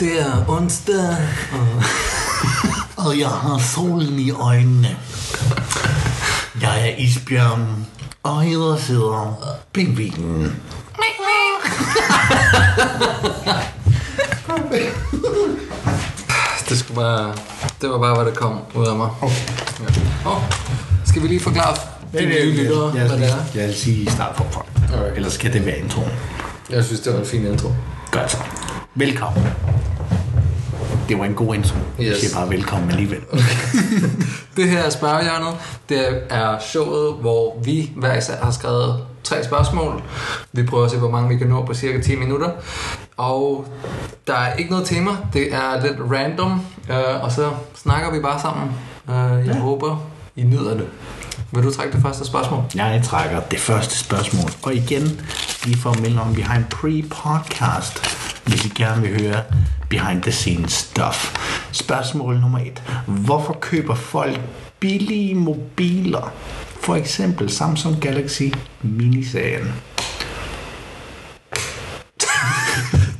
Det er onsdag, og, og jeg har solen i øjnene. Jeg er isbjørn, og hedder sidder pingvinen. det, skulle bare, det var bare, hvad der kom ud af mig. Ja. Oh, skal vi lige forklare de nye lyttere, jeg, hvad det er? jeg vil sige start forfra. Alright. Ellers skal det være introen. Jeg synes, det var en fin intro. Godt så. Velkommen. Det var en god intro. Yes. Jeg Yes. siger bare velkommen alligevel. Det her er spørgehjørnet. Det er showet, hvor vi hver især har skrevet tre spørgsmål. Vi prøver at se, hvor mange vi kan nå på cirka 10 minutter. Og der er ikke noget tema. Det er lidt random. Øh, og så snakker vi bare sammen. Øh, jeg ja. håber, I nyder det. Vil du trække det første spørgsmål? Jeg trækker det første spørgsmål. Og igen, lige for at melde om, vi har en pre-podcast, hvis I gerne vil høre behind the scenes stuff. Spørgsmål nummer et. Hvorfor køber folk billige mobiler? For eksempel Samsung Galaxy Mini-serien.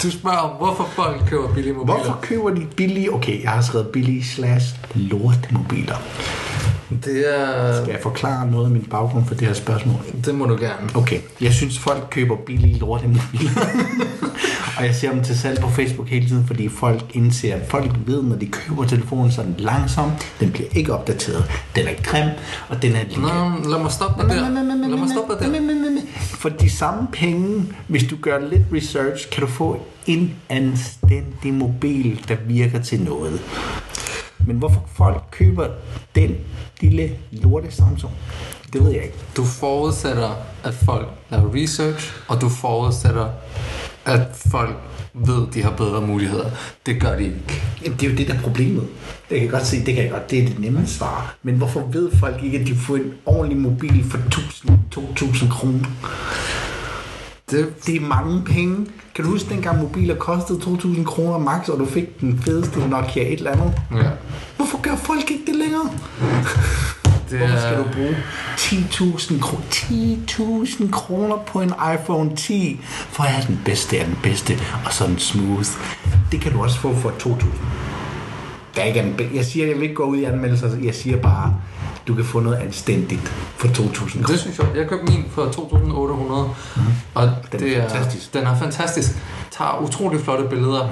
Du spørger, hvorfor folk køber billige mobiler. Hvorfor køber de billige? Okay, jeg har skrevet billige slash lortemobiler. Det, er, Skal jeg forklare noget af min baggrund for det her spørgsmål? det må du gerne. Okay, jeg synes folk køber billige lortemobiler. og jeg ser dem til salg på Facebook hele tiden, fordi folk indser, at folk ved, når de køber telefonen, så er den langsom, den bliver ikke opdateret, den er grim, og den er lille. Nå, lad mig stoppe dig der. Lad mig stoppe dig der. For de samme penge, hvis du gør lidt research, kan du få en anstændig mobil, der virker til noget. Men hvorfor folk køber den lille lorte Samsung, det ved jeg ikke. Du forudsætter, at folk laver research, og du forudsætter, at folk ved, de har bedre muligheder. Det gør de ikke. Jamen, det er jo det, der er problemet. Det kan jeg godt se, det kan jeg godt. Det er det nemme svar. Men hvorfor ved folk ikke, at de får en ordentlig mobil for 1000-2000 kroner? Det, Det er mange penge. Kan du huske, dengang mobiler kostede 2000 kroner max, og du fik den fedeste Nokia et eller andet? ja, Hvorfor gør folk ikke det længere? det Hvorfor skal er, du bruge 10.000 kroner 10.000 kroner på en iPhone 10 for at have den bedste af den bedste og sådan smooth. Det kan du også få for 2.000. Der er ikke anden be- jeg siger, jeg vil ikke gå ud i anmeldelser. Jeg siger bare, du kan få noget anstændigt for 2.000 kroner. det synes jeg. Jeg købte min for 2.800, og Mhm. Den det er er, fantastisk. Mhm. den er fantastisk. Tager utrolig flotte billeder.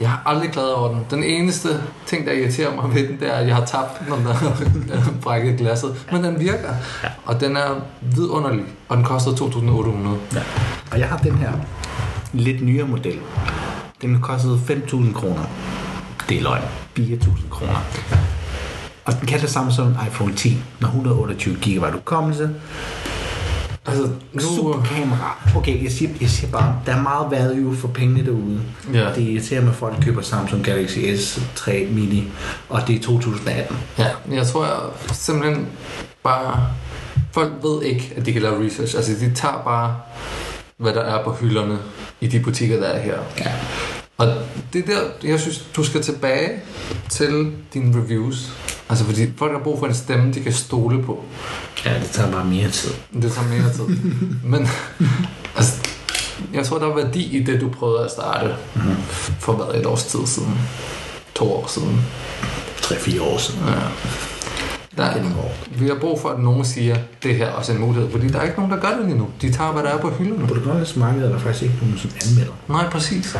Jeg har aldrig klaget over den. Den eneste ting, der irriterer mig ved den, det er, at jeg har tabt den, når den er brækket glasset. Men den virker, og den er vidunderlig, og den koster 2.800. Ja. Og jeg har den her lidt nyere model. Den kostede 5.000 kroner. Det er løgn. 4.000 kroner. Og den kan det samme som en iPhone 10 med 128 GB hukommelse. Altså, nu, Super kamera. Okay, jeg siger, jeg siger bare, der er meget value for pengene derude. Ja. Det irriterer mig, at folk køber Samsung Galaxy S3 Mini, og det er 2018. Ja, men jeg tror jeg simpelthen bare... Folk ved ikke, at de kan lave research. Altså, de tager bare, hvad der er på hylderne i de butikker, der er her. Ja. Og det er der, jeg synes, du skal tilbage til dine reviews. Altså, fordi folk har brug for en stemme, de kan stole på. ja, det tager bare mere tid. Det tager mere tid. Men altså, jeg tror, der er værdi i det, du prøvede at starte for hvad, et års tid siden. To år siden. 3-4 år siden. Der er Gennem år. Vi har brug for, at nogen siger, det her er også en mulighed, fordi der er ikke nogen, der gør det lige nu. De tager, hvad der er på hylderne. På det grønlandske marked er der faktisk ikke nogen, som anmelder. Nej, præcis.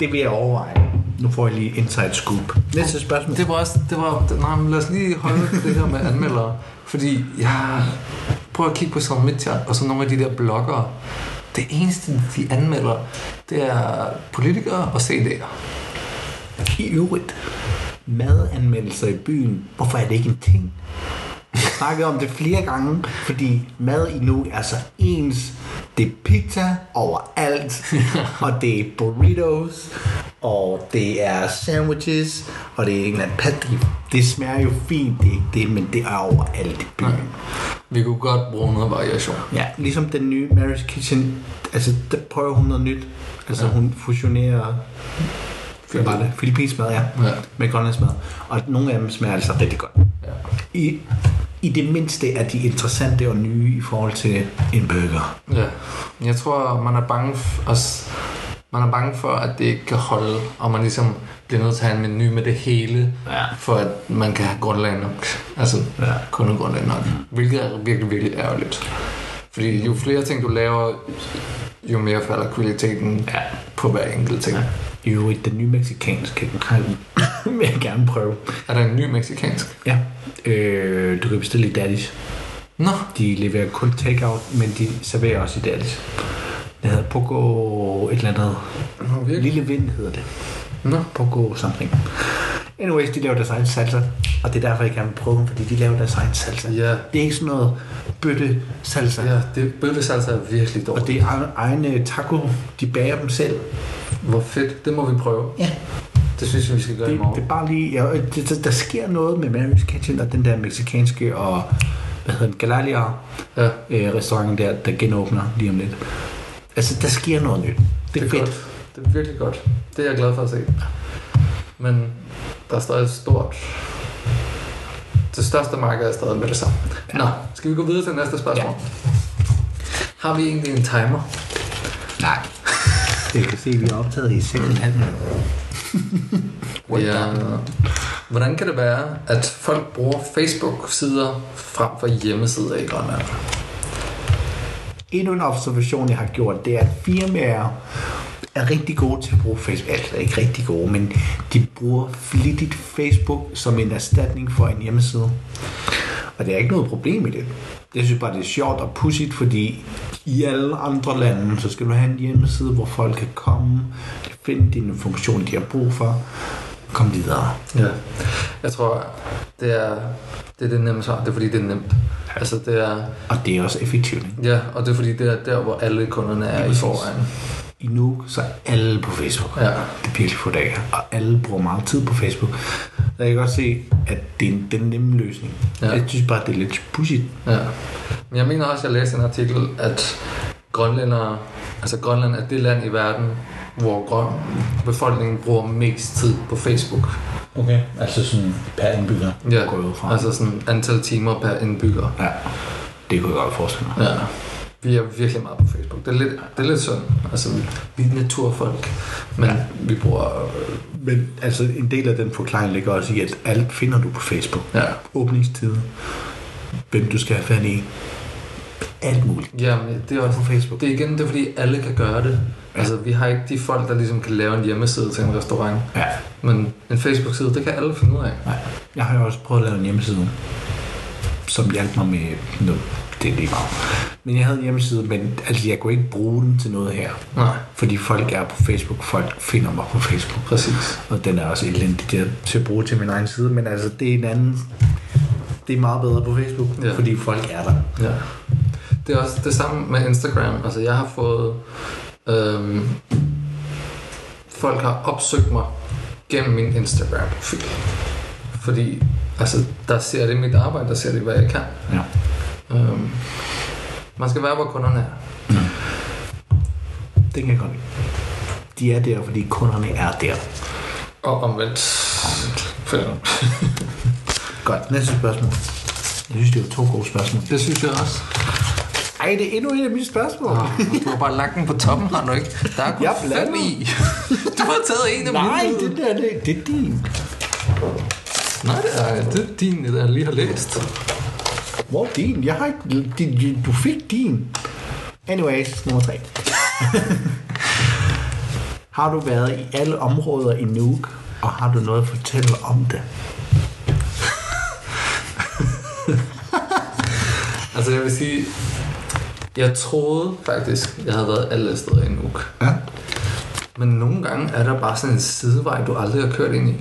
Det vil jeg overveje. Nu får jeg lige inside scoop. Næste spørgsmål. Det var også, det var, nej, men lad os lige holde på det her med anmeldere, fordi jeg prøver at kigge på Søren Midtjern, og så nogle af de der bloggere. Det eneste, de anmelder, det er politikere og CD'er. I øvrigt, madanmeldelser i byen, hvorfor er det ikke en ting? Jeg snakkede om det flere gange, fordi mad i nu er så ens. Det er pizza overalt, og det er burritos, og det er sandwiches, og det er en eller anden patty. Det smager jo fint, det er ikke det, men det er overalt i byen. Vi kunne godt bruge noget variation. Ja, ligesom den nye Mary's Kitchen, altså der prøver hun noget nyt. Altså ja. hun fusionerer hvad var det? Filippinsk mad, ja. Ja. Med grønlandsk mad. Og nogle af dem smager altså rigtig godt. Ja. I, I det mindste er de interessante og nye i forhold til en burger. Ja, jeg tror, man er bange f- også Man er bange for, at det ikke kan holde, og man ligesom bliver nødt til at have en menu med det hele, Ja. for at man kan have grundlag nok. Altså, Ja. kundegrundlag nok. Hvilket er virkelig, virkelig ærgerligt. Fordi jo flere ting, du laver, jo mere falder kvaliteten Ja. på hver enkelt ting. Ja. I øvrigt, den nye mexicanske, den vil jeg gerne prøve. Er der en ny mexikansk? Ja, øh, du kan bestille i Daddy's. Nå, De leverer kun takeout, men de serverer også i Daddy's. Det hedder Pogo et eller andet. Nå virkelig. Lille Vind hedder det. Nå. Pogo something. Anyways, de laver deres egen salsa, og det er derfor, jeg gerne vil prøve dem, fordi de laver deres egen salsa. Ja, Det er ikke sådan noget bøtte salsa. ja det bølgesalsa er virkelig Og dårligt. det er egen- egne taco, de bager dem selv. Hvor fedt. Det må vi prøve. Ja. Det synes jeg, vi skal gøre i Det, morgen. det er bare lige, ja, øh, det, der, der sker noget med Mary's Kitchen og den der meksikanske og, hvad hedder den, Galalia Ja, øh, restauranten der, der genåbner lige om lidt. Altså, der sker noget nyt. Det er, fedt. godt. Det er virkelig godt. Det er jeg glad for at se. Men der er stadig et stort... Det største marked er stadig med det samme. Ja. Nå, skal vi gå videre til næste spørgsmål? Har vi egentlig en timer? Nej. Jeg kan se, at vi er optaget i 6,5 minutter. What Ja. the- Hvordan kan det være, at folk bruger Facebook-sider frem for hjemmesider i Grønland? Endnu en observation, jeg har gjort, det er, at firmaer er rigtig gode til at bruge Facebook. Altså ikke rigtig gode, men de bruger flittigt Facebook som en erstatning for en hjemmeside. Og det er ikke noget problem i det. Jeg synes bare, det er sjovt og pudsigt, fordi i alle andre lande, så skal du have en hjemmeside, hvor folk kan komme, finde din funktion, de har brug for, komme videre. Ja. Jeg tror, det er det, er det nemme svar. Det er fordi, det er nemt. Altså, det er, Og det er også effektivt. ikke? ja, og det er fordi, det er der, hvor alle kunderne er i præcis. forvejen. I nu, så er alle på Facebook. Ja. Det er virkelig få dage, og alle bruger meget tid på Facebook. Der kan jeg godt se, at det er den nemme løsning. Ja. Ja. Jeg synes bare, det er lidt pudsigt. Ja. Men jeg mener også, at jeg læste en artikel, at grønlændere, altså Grønland er det land i verden, hvor grøn, befolkningen bruger mest tid på Facebook. Okay. Altså sådan per indbygger Ja, går jeg ud fra. altså sådan antal timer per indbygger. Ja. Det kunne jeg godt forestille mig. Ja. Vi er virkelig meget på Facebook. Det er lidt, det er lidt sådan. Altså, vi er naturfolk, men ja. Ja. vi bruger... øh, Men altså, en del af den forklaring ligger også i, at alt finder du på Facebook. Ja, Åbningstider, hvem du skal have fat i, alt muligt. Jamen, det er også... På Facebook. Det er igen, det er fordi alle kan gøre det. Altså, vi har ikke de folk, der ligesom kan lave en hjemmeside til en restaurant. Ja. Men en Facebook-side, det kan alle finde ud af. Nej. Jeg har jo også prøvet at lave en hjemmeside, som hjalp mig med noget. Det er lige meget. Men jeg havde en hjemmeside, men altså, jeg kunne ikke bruge den til noget her. Nej, Fordi folk er på Facebook, folk finder mig på Facebook. præcis. Og den er også elendig til at- til at bruge til min egen side, men altså, det er en anden... Det er meget bedre på Facebook, Ja. ja. fordi folk er der. Ja. Det er også det samme med Instagram. Altså, jeg har fået... Øhm, folk har opsøgt mig gennem min Instagram-profil. Fordi, altså, der ser det mit arbejde, der ser det, hvad jeg kan. Ja. Øhm, man skal være, hvor kunderne er. Det kan jeg godt lide. De er der, fordi kunderne er der. Og omvendt. Fedt. Godt, næste spørgsmål. Jeg synes, det er to gode spørgsmål. Det synes jeg også. Ej, det er endnu et af mine spørgsmål. Oh, du har bare lagt den på toppen, har du ikke? Der er kun Jeg fem blander. i. Du har taget en af Nej, mine. det der, det, det er din. Nej, det er, det er din, jeg lige har læst. Hvor er din? Jeg har ikke... din- din- Du fik din. Anyways, nummer tre. har du været i alle områder i Nuuk, og har du noget at fortælle om det? Altså jeg vil sige, jeg troede faktisk, jeg havde været alle steder i Nuuk. Ja. Men nogle gange er der bare sådan en sidevej, du aldrig har kørt ind i,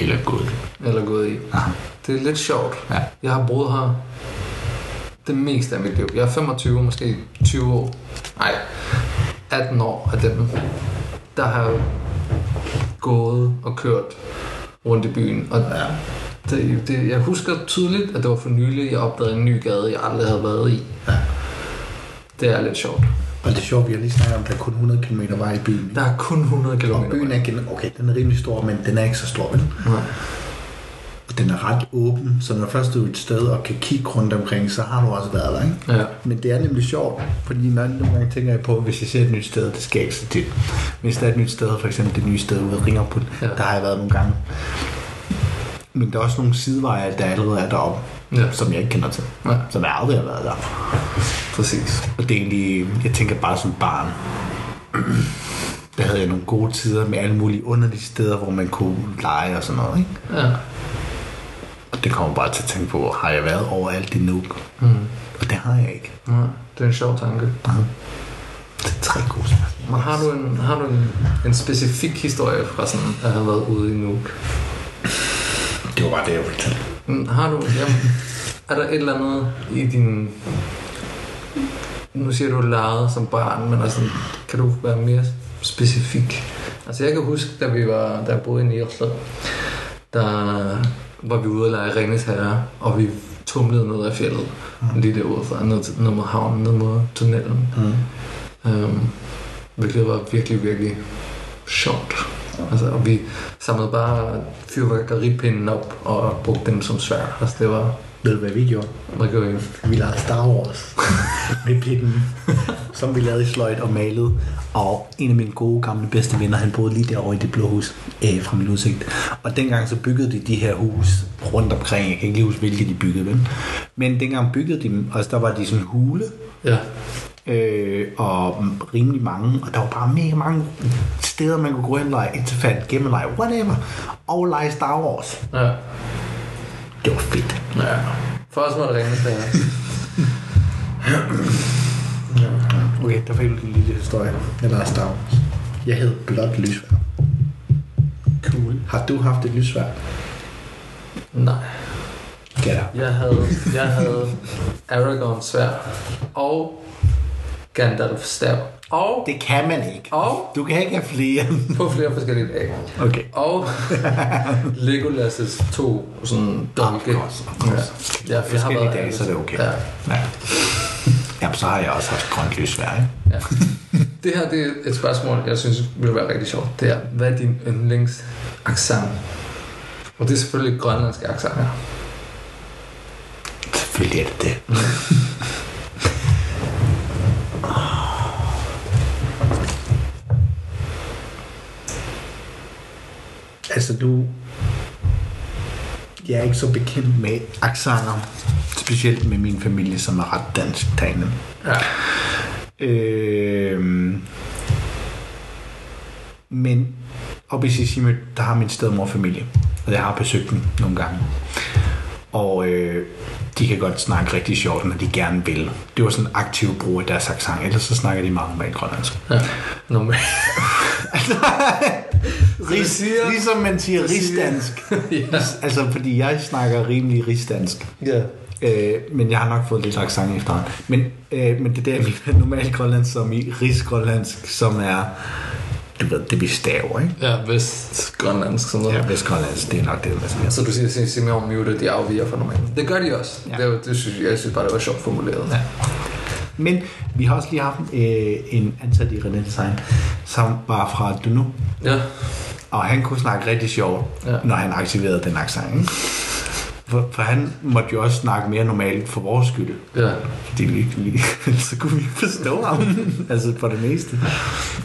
Eller godt. eller gået i. Aha. Det er lidt sjovt. Ja. Jeg har boet her det meste af mit liv. Jeg er 25, måske 20 år. Nej, 18 år af dem. Der har jeg gået og kørt rundt i byen. Og det, det, jeg husker tydeligt, at det var for nylig, jeg opdagede en ny gade, jeg aldrig havde været i. Ja. Det er lidt sjovt. Og det er sjovt, vi har lige snakket om, at der er kun 100 km vej i byen. ikke? Der er kun 100 km. Og byen er gen... Okay, den er rimelig stor, men den er ikke så stor, vel? Nej. den er ret åben, så når først du er et sted og kan kigge rundt omkring, så har du også været der, ikke? Ja. Men det er nemlig sjovt, fordi når nogle gange tænker jeg på, hvis jeg ser et nyt sted, det skal jeg ikke så tit. Hvis der er et nyt sted, for eksempel det nye sted ude i Ringerput, Ja. ja. der har jeg været nogle gange. Men der er også nogle sideveje, der allerede er deroppe, Ja. ja. som jeg ikke kender til, Ja. som jeg aldrig har været der. Præcis. Og det er egentlig, jeg tænker bare som barn, der havde jeg nogle gode tider med alle mulige underlige steder, hvor man kunne lege og sådan noget, ikke? Ja. Og det kommer bare til at tænke på, hvor har jeg været overalt i nu? Mm. Og det har jeg ikke. ja. Det er en sjov tanke. Det er tre gode spørgsmål. Men har du en, har du en, en specifik historie fra sådan at have været ude i Nuuk? Det var bare det, jeg ville tage. Mm, Har du, jamen, er der et eller andet i din... Nu siger du leget som barn, men altså, kan du være mere specifik? Altså jeg kan huske, da vi var, da jeg boede i Nierslad, der var vi ude og lege Ringens Herre, og vi tumlede ned ad fjellet, Mm. lige derude fra, ned, til- ned mod havnen, ned mod tunnelen. Mm. Øhm, hvilket var virkelig, virkelig sjovt. Altså, og vi samlede bare fyrværkeripinden op og brugte den som svær. Altså, det var... Ved du, hvad vi gjorde? Hvad gjorde I? Vi lavede Star Wars med pinden, som vi lavede i sløjt og malede. Og en af mine gode gamle bedste venner, han boede lige derovre i det blå hus øh, fra min udsigt. Og dengang så byggede de de her hus rundt omkring. Jeg kan ikke lige huske, hvilke de byggede, vel? Men dengang byggede de dem, og der var de sådan en hule, Ja. øh, og rimelig mange, og der var bare mega mange steder, man kunne gå hen og lege interfant, gemmeleje, whatever, og lege Star Wars. Ja. Det var fedt. ja. For os var det ringes der. ja. Okay, der fik du din lille historie. Jeg lader Star Wars. Jeg hed blot lysvær. Cool. Har du haft et lysvær? Nej. Ja. Jeg havde, jeg havde Aragorn svær og Gandalf stav. Og Det kan man ikke. Og? Du kan ikke have flere. på flere forskellige dage. Okay. Og Legolas' to sådan dolke. Of course, of course. Ja, jeg har Forskellige været- dage, så er det okay. Ja. ja. Jamen, så har jeg også haft grønt lysvær, ikke? Ja. Det her det er et spørgsmål, jeg synes ville være rigtig sjovt. Det er, hvad er din yndlings accent? Og det er selvfølgelig grønlandske accent her. Selvfølgelig er det det. altså du... Jeg er ikke så bekendt med aksanger, specielt med min familie, som er ret dansk talende. Ja. Øhm, men oppe i Sissimø, der har min stedmor familie, og jeg har besøgt dem nogle gange. Og øh, de kan godt snakke rigtig sjovt, når de gerne vil. Det var sådan en aktiv brug af deres accent, ellers så snakker de meget normalt grønlandsk. ja. Normalt. Ris, siger- ligesom man siger det siger- rigsdansk. ja. Altså, fordi jeg snakker rimelig rigsdansk. ja. Øh, men jeg har nok fået lidt accent efterhånden. Men, øh, men det der vi normalt grønlandsk som i rigsgrønlandsk, som er, du ved, det vi staver, ikke? Ja, vestgrønlandsk sådan noget. Ja, vestgrønlandsk, det er nok det, der siger. Så du siger, at Simeon Mute, de afviger fra normalen. Det gør de også. Ja. Ja. Det, det synes, jeg jeg synes bare, det var sjovt formuleret. Ja. Men vi har også lige haft øh, en ansat i René Design, som var fra Dunu, ja. og han kunne snakke rigtig sjovt, Ja. ja. når han aktiverede den accent, ikke? For, for han måtte jo også snakke mere normalt for vores skyld. ja. Det er virkelig, så kunne vi ikke forstå ham, altså for det meste.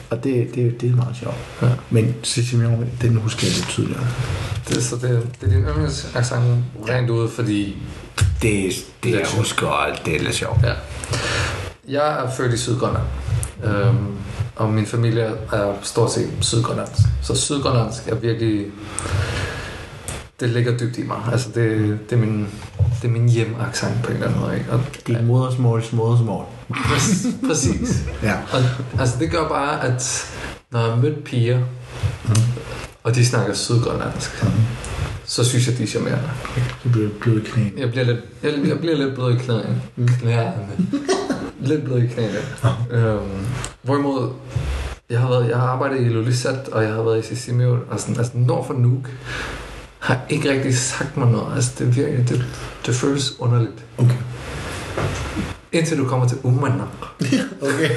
Og det, det, det er meget sjovt. Ja. Men Sissimio, den husker jeg lidt tydeligere. Det, så det, det er din yndlingsaccent rent ud, fordi Det, det Lidt jeg sjovt. husker, og det er lidt sjovt. Ja. Jeg er født i Sydgrønland, øhm, og min familie er stort set sydgrønlandsk. Så sydgrønlandsk er virkelig... Det ligger dybt i mig. Altså, det, det er min, det er min hjemaccent på en eller anden måde. Ikke? Og, Det er modersmåls modersmål. præ- præcis. Ja. Og, altså, det gør bare, at når jeg mødte piger, Mm. og de snakker sydgrønlandsk, så synes jeg, de er charmerende. Du blev blød knæen. Jeg bliver lidt, jeg, jeg bliver lidt blød i knæene. knæerne. lidt blød i knæene. Øhm, hvorimod, jeg har, været, jeg har arbejdet i Lulisat, og jeg har været i Sissimio, og sådan, altså nord for Nuuk, har ikke rigtig sagt mig noget. Altså, det, er virkelig, det, det føles underligt. Okay. Indtil du kommer til Umanak. Okay.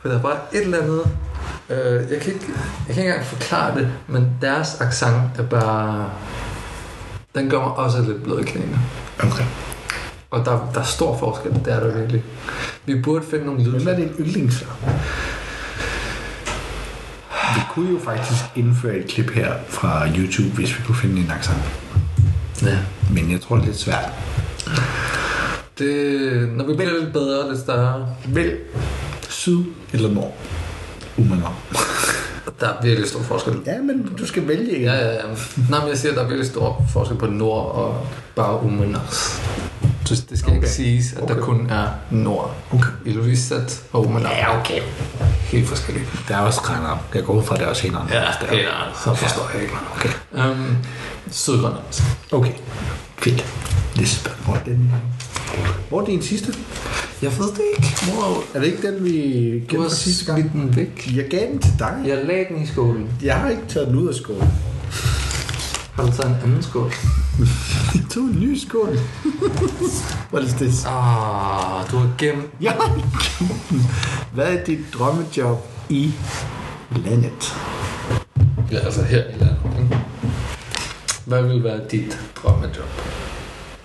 For der er bare et eller andet Øh, jeg, kan ikke, jeg kan ikke engang forklare det, men deres accent er bare... Den gør mig også lidt blød i knæene. Okay. Og der, der er stor forskel, det er der virkelig. Vi burde finde nogle Hvem lydklip. er din yndlingsflop? Vi kunne jo faktisk indføre et klip her fra YouTube, hvis vi kunne finde en accent. Ja. Men jeg tror, det er lidt svært. Det, når vi bliver lidt bedre, lidt større. Vælg syd eller nord. Umanger. Der er virkelig stor forskel. Ja, men du skal vælge en. Ja, ja, ja. Nej, men jeg siger, at der er virkelig stor forskel på nord og bare umenars. Så det skal okay. Okay. ikke siges, at okay. der Okay. kun er nord. Okay. Ilulissat og umenar. Ja, okay. Helt forskellige. Der er også grænder. Jeg går ud fra, at der er også hænder. det er Så forstår jeg ikke. Okay. Øhm, Sydgrønland. Okay. Fedt. Næste spørgsmål. Den... Hvor er din sidste? Jeg ved det ikke. Wow. Er det ikke den, vi Du gav har den sidste gang? smidt den væk. Jeg gav den til dig. Jeg lagde den i skålen. Jeg har ikke taget den ud af skålen. Har du taget en anden skål? Jeg tog en ny skål. What is this? Ah, du har gemt. Jeg har ikke gemt den. Hvad er dit drømmejob i landet? Ja, altså her i landet. ikke? Hvad vil være dit drømmejob?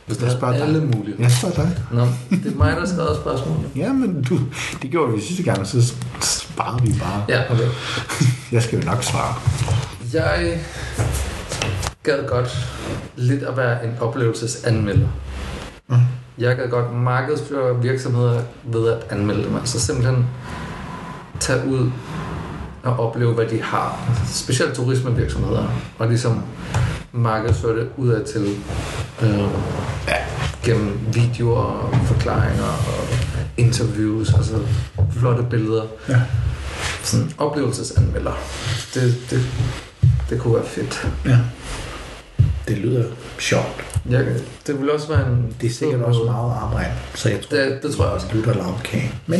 Hvis der Jeg er spørger dig. alle muligheder. Jeg spørger dig. Nå, det er mig, der har skrevet spørgsmålet. Jamen, du, det gjorde vi sidste gang, så sparede vi bare. Ja, okay. Jeg skal jo nok svare. Jeg gad godt lidt at være en oplevelsesanmelder. Jeg gad godt markedsføre virksomheder ved at anmelde dem. Altså simpelthen tage ud og opleve, hvad de har. Specielt turismevirksomheder. Og ligesom markedsføre det udad til øh, gennem videoer og forklaringer og interviews, altså flotte billeder. Ja. Sådan oplevelsesanmelder. Det, det, det kunne være fedt. ja. Det lyder sjovt. Jeg, det ville også være en... Det er sikkert også meget arbejde, så jeg tror, Det, det tror jeg også. at du der lavet kage. Men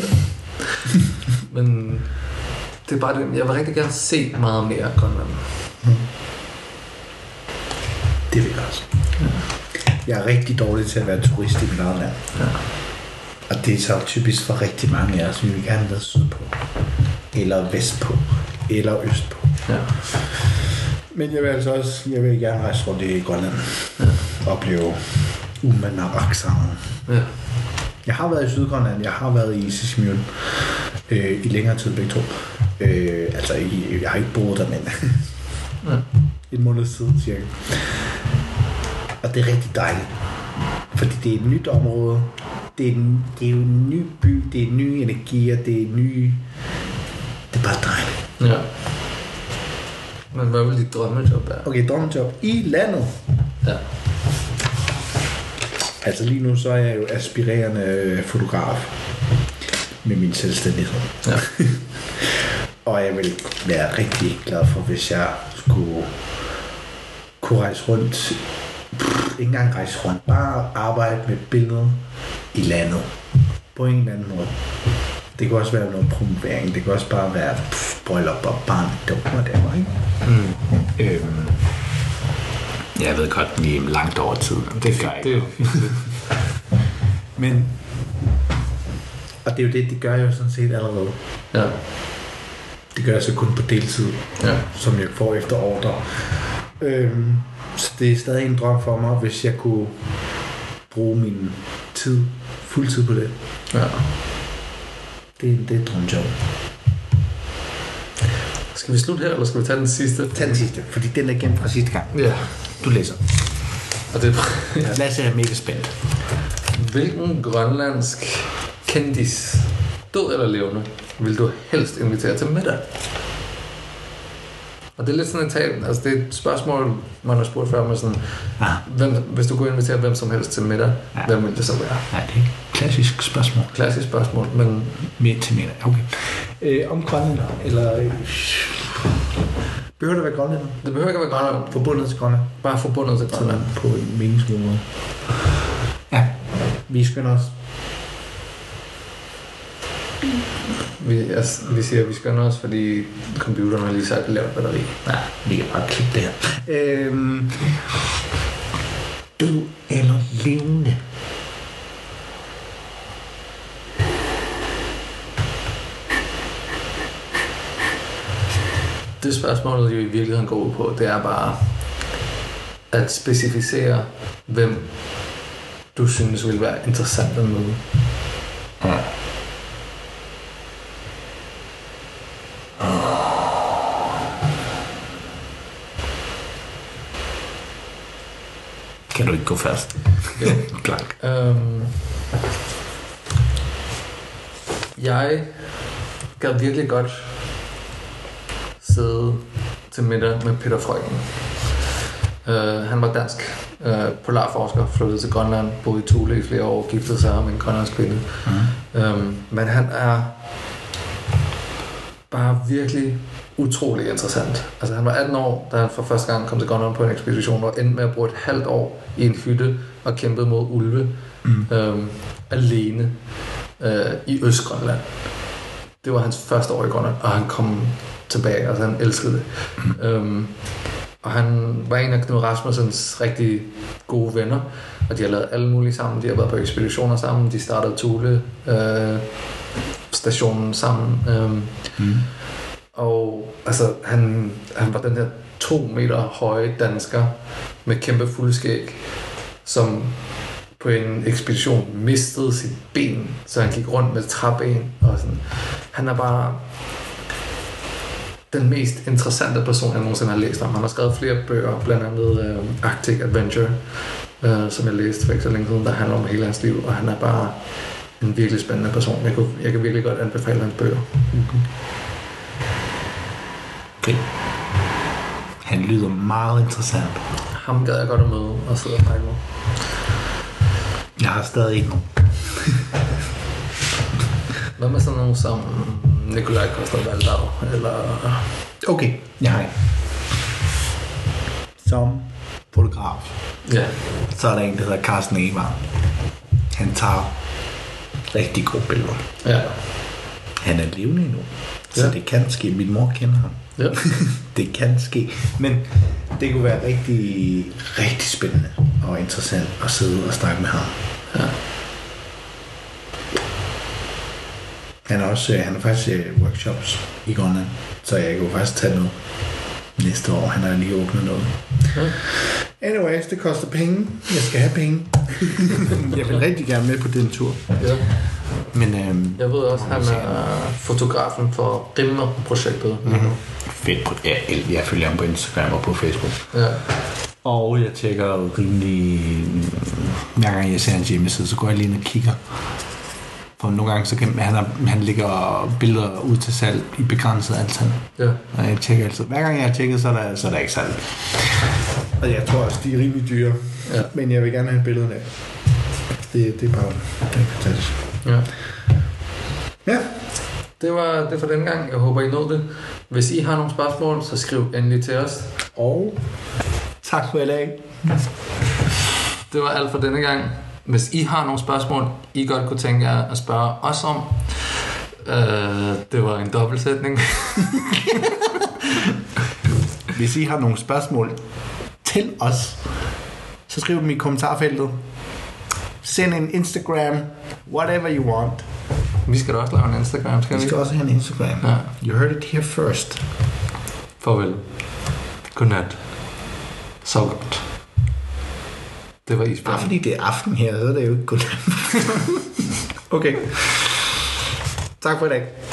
Men det er bare det. Jeg vil rigtig gerne se meget mere af Grønland. det vil jeg også. Jeg er rigtig dårlig til at være turist i mit eget land. Ja. Og det er så typisk for rigtig mange af os, vi vil gerne have været sydpå. Eller vestpå. Eller østpå. Ja. Men jeg vil altså også, jeg vil gerne rejse rundt i Grønland. Ja. Opleve Umanaksaen. ja. Jeg har været i Sydgrønland, jeg har været i Sisimiut øh, i længere tid begge to. Øh, altså, i, jeg har ikke boet der, men ja. en måned siden cirka. Og det er rigtig dejligt. Fordi det er et nyt område. Det er, en, det er jo en ny by, det er nye energier, det er nye... Det er bare dejligt. ja. Men hvad vil dit drømmejob være? Okay, drømmejob i landet. Ja. Altså lige nu, så er jeg jo aspirerende øh, fotograf med min selvstændighed. ja. Og jeg vil være rigtig glad for, hvis jeg skulle kunne rejse rundt. Pff, ikke engang rejse rundt. Bare arbejde med billeder i landet. På en eller anden måde. Det kan også være noget promovering. Det kan også bare være pff, bryllup og barn. Whatever, ikke? Mm. Øhm, jeg ved godt, vi er langt over tid. Det gør Det er jo fint. Men... Og det er jo det, det gør jeg jo sådan set allerede. Ja. Det gør jeg så kun på deltid. Ja. som jeg får efter ordre. Øhm, så det er stadig en drøm for mig, hvis jeg kunne bruge min tid, fuldtid på det. ja. Det, det er et drømjob. Skal vi slutte her, eller skal vi tage den sidste? Tag den sidste, fordi den er gennem fra sidste gang. Ja. Du læser. Og det Lasse er mega spændt. Hvilken grønlandsk kendis, død eller levende, vil du helst invitere til middag? Og det er lidt sådan en tal, altså det er et spørgsmål, man har spurgt før med sådan, Ah, hvem, hvis du kunne invitere hvem som helst til middag, Ja. hvem ville det så være? nej, det er ikke et klassisk spørgsmål. Klassisk spørgsmål, men Mere til mere. Okay. Øh, om Grønland, eller... øh, Behøver det være Grønland? det behøver ikke at være Grønland, Forbundet til Grønland. bare forbundet til Grønland. Sådan på en meningsfuld måde. Ja. Vi skynder os. Vi, altså, vi siger, at vi skynder os, fordi computeren har lige sagt, lav et batteri. Nej, vi kan bare klippe det her. Øhm, død eller levende? det spørgsmålet jo i virkeligheden går ud på, det er bare at specificere, hvem du synes ville være interessant at møde. Kan du ikke gå fast? Jo. Blank. Øhm, jeg gad virkelig godt sidde til middag med Peter Frøken. Øh, han var dansk øh, polarforsker, flyttede til Grønland, boede i Thule i flere år, giftede sig med en grønlandsk kvinde. Mm. Øhm, men han er bare virkelig utrolig interessant. Altså han var 18 år, da han for første gang kom til Grønland på en ekspedition, og endte med at bruge et halvt år i en hytte og kæmpede mod ulve Mm. øhm, alene øh, i Østgrønland. Det var hans første år i Grønland, og han kom tilbage, og han elskede det. Øhm, og han var en af Knud Rasmussens rigtig gode venner, og de har lavet alle mulige sammen. De har været på ekspeditioner sammen, de startede Thule øh, stationen sammen. Øhm, Mm. og altså, han, han var den her to meter høje dansker med kæmpe fuldskæg, som på en ekspedition mistede sit ben, så han gik rundt med træben og sådan. Han er bare den mest interessante person, jeg nogensinde har læst om. Han har skrevet flere bøger, blandt andet øh, Arctic Adventure, øh, som jeg læste for ikke så længe siden, der handler om hele hans liv, og han er bare en virkelig spændende person. Jeg, kunne, jeg kan virkelig godt anbefale hans bøger. Okay. Han lyder meget interessant. Ham gad jeg godt at møde og sidde og snakke med. Jeg har stadig ikke nogen. Hvad med sådan nogen som Nikolaj Koster Valdau? Eller... Okay, jeg har en. Som fotograf, Ja. så er der en, der hedder Carsten Evar. Han tager rigtig gode billeder. Ja. Han er levende endnu, så Ja. det kan ske. Min mor kender ham. Ja. det kan ske. Men det kunne være rigtig, rigtig spændende og interessant at sidde og snakke med ham. Ja. Han er også, øh, han er faktisk øh, workshops i Grønland, så jeg kunne faktisk tage noget næste år. Han har lige åbnet noget. Ja. Anyways, det koster penge. Jeg skal have penge. jeg vil rigtig gerne med på den tur. ja. Men øhm, Jeg ved også, at han er fotografen for Rimmer-projektet. Mm-hmm. fedt. På, jeg, jeg følger ham på Instagram og på Facebook. Ja. Og jeg tjekker jo rimelig... Hver gang jeg ser hans hjemmeside, så går jeg lige ind og kigger. For nogle gange, så kan han, har- han lægger billeder ud til salg i begrænset antal. Ja. Og jeg tjekker altid. Hver gang jeg har tjekket, så er der, så er der ikke salg. Og jeg tror også, de er rimelig dyre. Ja. Men jeg vil gerne have billederne af. Det, det er bare det er fantastisk. ja. Ja. Det var det for den gang. Jeg håber, I nåede det. Hvis I har nogle spørgsmål, så skriv endelig til os. Og tak for i dag. Det var alt for denne gang. Hvis I har nogle spørgsmål, I godt kunne tænke jer at spørge os om, øh, det var en dobbeltsætning. Hvis I har nogle spørgsmål til os, så skriv dem i kommentarfeltet. Send en Instagram, whatever you want. Vi skal da også lave en Instagram, skal Vi vi? skal også have en Instagram. Ja. You heard it here first. Farvel. Godnat. Sov godt. Det var Bare isbjørn. fordi det er aften her, så er det jo ikke godt. okay. Tak for i dag.